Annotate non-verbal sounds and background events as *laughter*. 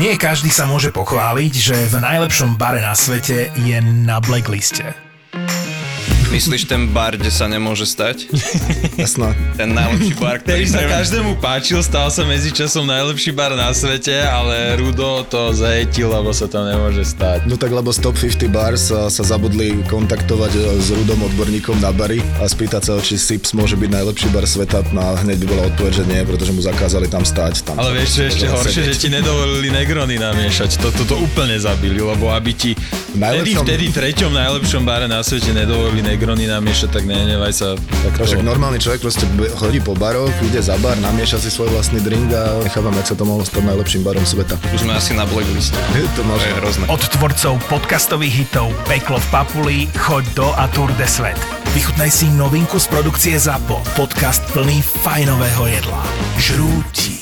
Nie každý sa môže pochváliť, že v najlepšom bare na svete je na blackliste. Myslíš ten bar, kde sa nemôže stať? Jasné. Ten najlepší bar, ktorý Ktorý sa neviem. každému páčil, stal sa medzičasom najlepší bar na svete, ale Rudo to zajetil, lebo sa tam nemôže stať. No tak lebo z Top 50 Bars sa, sa zabudli kontaktovať e, s Rudom odborníkom na bary a spýtať sa, či Sips môže byť najlepší bar sveta No a hneď by bola odpoveď, že nie, pretože mu zakázali tam stať. Tam Ale vieš, sa čo je ešte nedalo horšie, že sedieť. ti nedovolili Negrony namiešať. Toto to úplne zabili, lebo aby ti vtedy, Najlepšom- vtedy treťom najlepšom bare na svete nedovolili Negrony namiešať, tak nehnevaj sa. Tak No, Však normálny človek proste be- chodí po baroch, ide za bar, namieša si svoj vlastný drink a nechávam, jak sa to mohlo stať najlepším barom sveta. *laughs* Už sme asi na blackliste. To to máš je hrozné. Od tvorcov podcastových hitov Peklo v Papuli, Choď do a Tour de Svet. Vychutnaj si novinku z produkcie ZAPO. Podcast plný fajnového jedla. Žrúti.